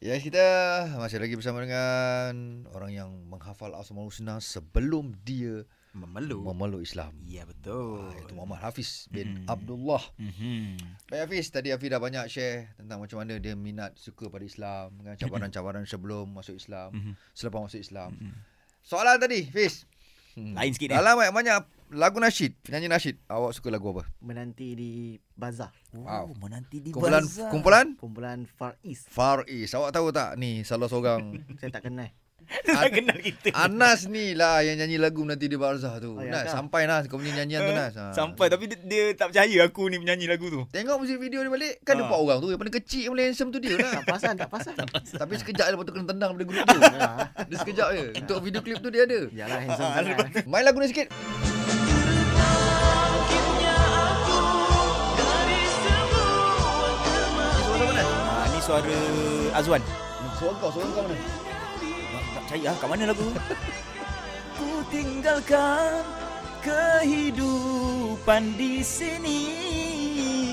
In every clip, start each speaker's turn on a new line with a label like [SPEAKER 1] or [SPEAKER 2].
[SPEAKER 1] Ya kita masih lagi bersama dengan orang yang menghafal Asmaul Husna sebelum dia
[SPEAKER 2] Memeluk.
[SPEAKER 1] memeluk Islam.
[SPEAKER 2] ya betul. Hmm.
[SPEAKER 1] Ah, Itu Muhammad Hafiz bin
[SPEAKER 2] Mm-mm.
[SPEAKER 1] Abdullah.
[SPEAKER 2] Mhm.
[SPEAKER 1] Baik Hafiz, tadi Hafiz dah banyak share tentang macam mana dia minat suka pada Islam dengan
[SPEAKER 2] Hmm.
[SPEAKER 1] cabaran-cabaran sebelum masuk Islam,
[SPEAKER 2] Mhm.
[SPEAKER 1] selepas masuk Islam.
[SPEAKER 2] Mhm.
[SPEAKER 1] Soalan tadi, Hafiz. Hmm.
[SPEAKER 2] Lain sikit dia.
[SPEAKER 1] Dalam banyak lagu nasyid, penyanyi nasyid, awak suka lagu apa?
[SPEAKER 3] menanti di bazar
[SPEAKER 1] Wow.
[SPEAKER 2] Oh, menanti di
[SPEAKER 1] Kumpulan
[SPEAKER 2] bazar.
[SPEAKER 1] kumpulan
[SPEAKER 3] kumpulan Far East
[SPEAKER 1] Far East. Awak tahu tak ni salah seorang
[SPEAKER 3] saya tak kenal
[SPEAKER 2] Dia tak kenal kita.
[SPEAKER 1] Anas ni lah yang nyanyi lagu nanti di Barzah tu.
[SPEAKER 3] Oh, ya Eh,
[SPEAKER 1] Nas,
[SPEAKER 3] ke?
[SPEAKER 1] sampai Nas kau punya nyanyian tu Nas. Ha.
[SPEAKER 2] Sampai tapi dia, dia tak percaya aku ni menyanyi lagu tu.
[SPEAKER 1] Tengok muzik video dia balik Kan ada
[SPEAKER 3] Ah.
[SPEAKER 2] Ha.
[SPEAKER 1] empat orang tu Yang paling kecil Yang paling handsome tu dia lah
[SPEAKER 3] tak pasal tak pasal
[SPEAKER 1] Tapi sekejap je Lepas tu kena tendang Daripada grup tu
[SPEAKER 3] ya
[SPEAKER 1] Dia sekejap je Untuk video klip tu dia ada Ah,
[SPEAKER 3] jalan handsome sangat
[SPEAKER 1] Main lagu ni sikit
[SPEAKER 2] Ha, ni suara Azwan.
[SPEAKER 1] Suara kau Suara kau mana
[SPEAKER 2] Tak tak percaya ah, kat mana lagu? Ku tinggalkan kehidupan di sini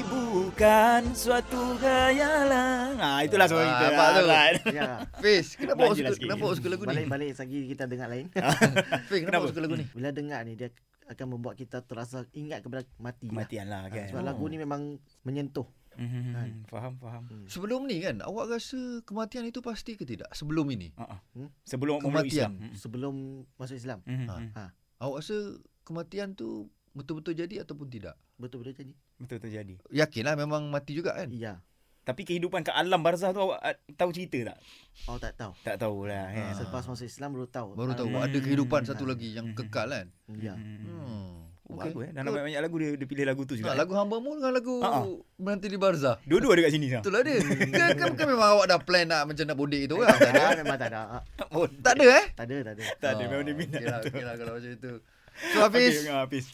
[SPEAKER 2] bukan suatu khayalan. Ah itulah suara
[SPEAKER 1] Ah,
[SPEAKER 2] kita.
[SPEAKER 1] nampak tu.
[SPEAKER 2] Alright.
[SPEAKER 3] ya
[SPEAKER 1] Fiz Kenapa awak
[SPEAKER 2] Lanjut
[SPEAKER 1] suka
[SPEAKER 2] lah sikit.
[SPEAKER 1] Kenapa awak suka lagu ni Ah.
[SPEAKER 3] balik-balik lagi kita dengar lain
[SPEAKER 1] Fiz kenapa
[SPEAKER 2] Kenapa?
[SPEAKER 1] awak suka lagu ni
[SPEAKER 3] bila dengar ni dia akan membuat kita terasa ingat kepada mati lah.
[SPEAKER 2] Kematian lah kan.
[SPEAKER 3] Ha, sebab
[SPEAKER 1] Oh.
[SPEAKER 3] lagu ni memang menyentuh
[SPEAKER 2] Mhm, Faham faham.
[SPEAKER 1] Sebelum ni kan Awak rasa Kematian itu pasti ke tidak Sebelum ini
[SPEAKER 2] Ah, ah.
[SPEAKER 3] Hmm?
[SPEAKER 2] Sebelum memeluk
[SPEAKER 1] Kematian. Hmm.
[SPEAKER 2] Islam. Mhm.
[SPEAKER 3] sebelum masuk Islam
[SPEAKER 2] Mhm,
[SPEAKER 1] Ha.
[SPEAKER 2] mhm.
[SPEAKER 1] Awak rasa Kematian tu Betul-betul jadi Ataupun tidak
[SPEAKER 3] betul-betul jadi
[SPEAKER 1] Hmm.
[SPEAKER 2] hmm. Betul terjadi.
[SPEAKER 1] Yakinlah memang mati juga kan
[SPEAKER 3] ya
[SPEAKER 2] Tapi kehidupan kat alam barzah tu awak ah, tahu cerita tak?
[SPEAKER 3] oh tak tahu
[SPEAKER 2] Tak tahulah
[SPEAKER 1] Ah.
[SPEAKER 2] kan.
[SPEAKER 3] selepas masuk Islam baru tahu Ah,
[SPEAKER 1] Baru tahu
[SPEAKER 2] Hmm.
[SPEAKER 1] Ada kehidupan satu lagi Yang
[SPEAKER 2] Hmm.
[SPEAKER 1] kekal kan
[SPEAKER 3] ya
[SPEAKER 2] Hmm.
[SPEAKER 1] Hmm
[SPEAKER 2] Oh,
[SPEAKER 1] Okey. lah.
[SPEAKER 2] Bagus eh. Dalam
[SPEAKER 1] Kau-
[SPEAKER 2] banyak-banyak lagu dia, dia pilih lagu tu juga.
[SPEAKER 1] Nak
[SPEAKER 2] eh.
[SPEAKER 1] lagu hamba mu dengan lagu
[SPEAKER 2] Ha, ha.
[SPEAKER 1] Menanti di Barzah
[SPEAKER 2] Dua-dua ada kat sini sekarang.
[SPEAKER 1] Itulah dia. Kan, kan, kan memang awak dah plan nak macam nak bodek tu kan?
[SPEAKER 3] tak ada memang tak ada Ah,
[SPEAKER 2] Oh,
[SPEAKER 1] tak ada eh?
[SPEAKER 3] tak ada tak ada
[SPEAKER 2] tak ada memang dia minat.
[SPEAKER 1] okay lah,
[SPEAKER 2] tu.
[SPEAKER 1] okay lah kalau macam itu. So Hafiz,
[SPEAKER 2] Okey, ah, Hafiz.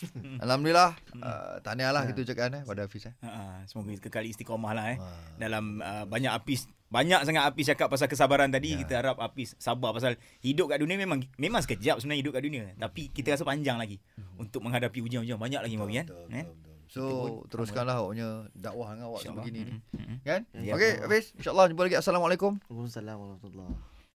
[SPEAKER 1] Alhamdulillah. Uh, tahniah lah
[SPEAKER 3] Ya.
[SPEAKER 1] kita ucapkan eh pada Hafiz eh.
[SPEAKER 2] Ha, ah, semoga kekal istiqamah lah eh.
[SPEAKER 1] Ah.
[SPEAKER 2] Dalam ah, banyak Hafiz banyak sangat Hafiz cakap pasal kesabaran
[SPEAKER 1] Ya.
[SPEAKER 2] tadi. Kita harap Hafiz sabar pasal hidup kat dunia memang memang sekejap sebenarnya hidup kat dunia. Tapi kita rasa panjang lagi untuk menghadapi ujian-ujian banyak lagi Mawi kan.
[SPEAKER 1] Hmm. Betul,
[SPEAKER 2] Eh?
[SPEAKER 1] betul, betul. So teruskanlah awak punya dakwah dengan awak
[SPEAKER 2] InsyaAllah.
[SPEAKER 1] sebegini ni.
[SPEAKER 2] Mm-mm, mm-mm.
[SPEAKER 1] Kan?
[SPEAKER 3] Ya.
[SPEAKER 1] Okey Hafiz, insyaAllah jumpa lagi. Assalamualaikum.
[SPEAKER 3] Waalaikumsalam warahmatullahi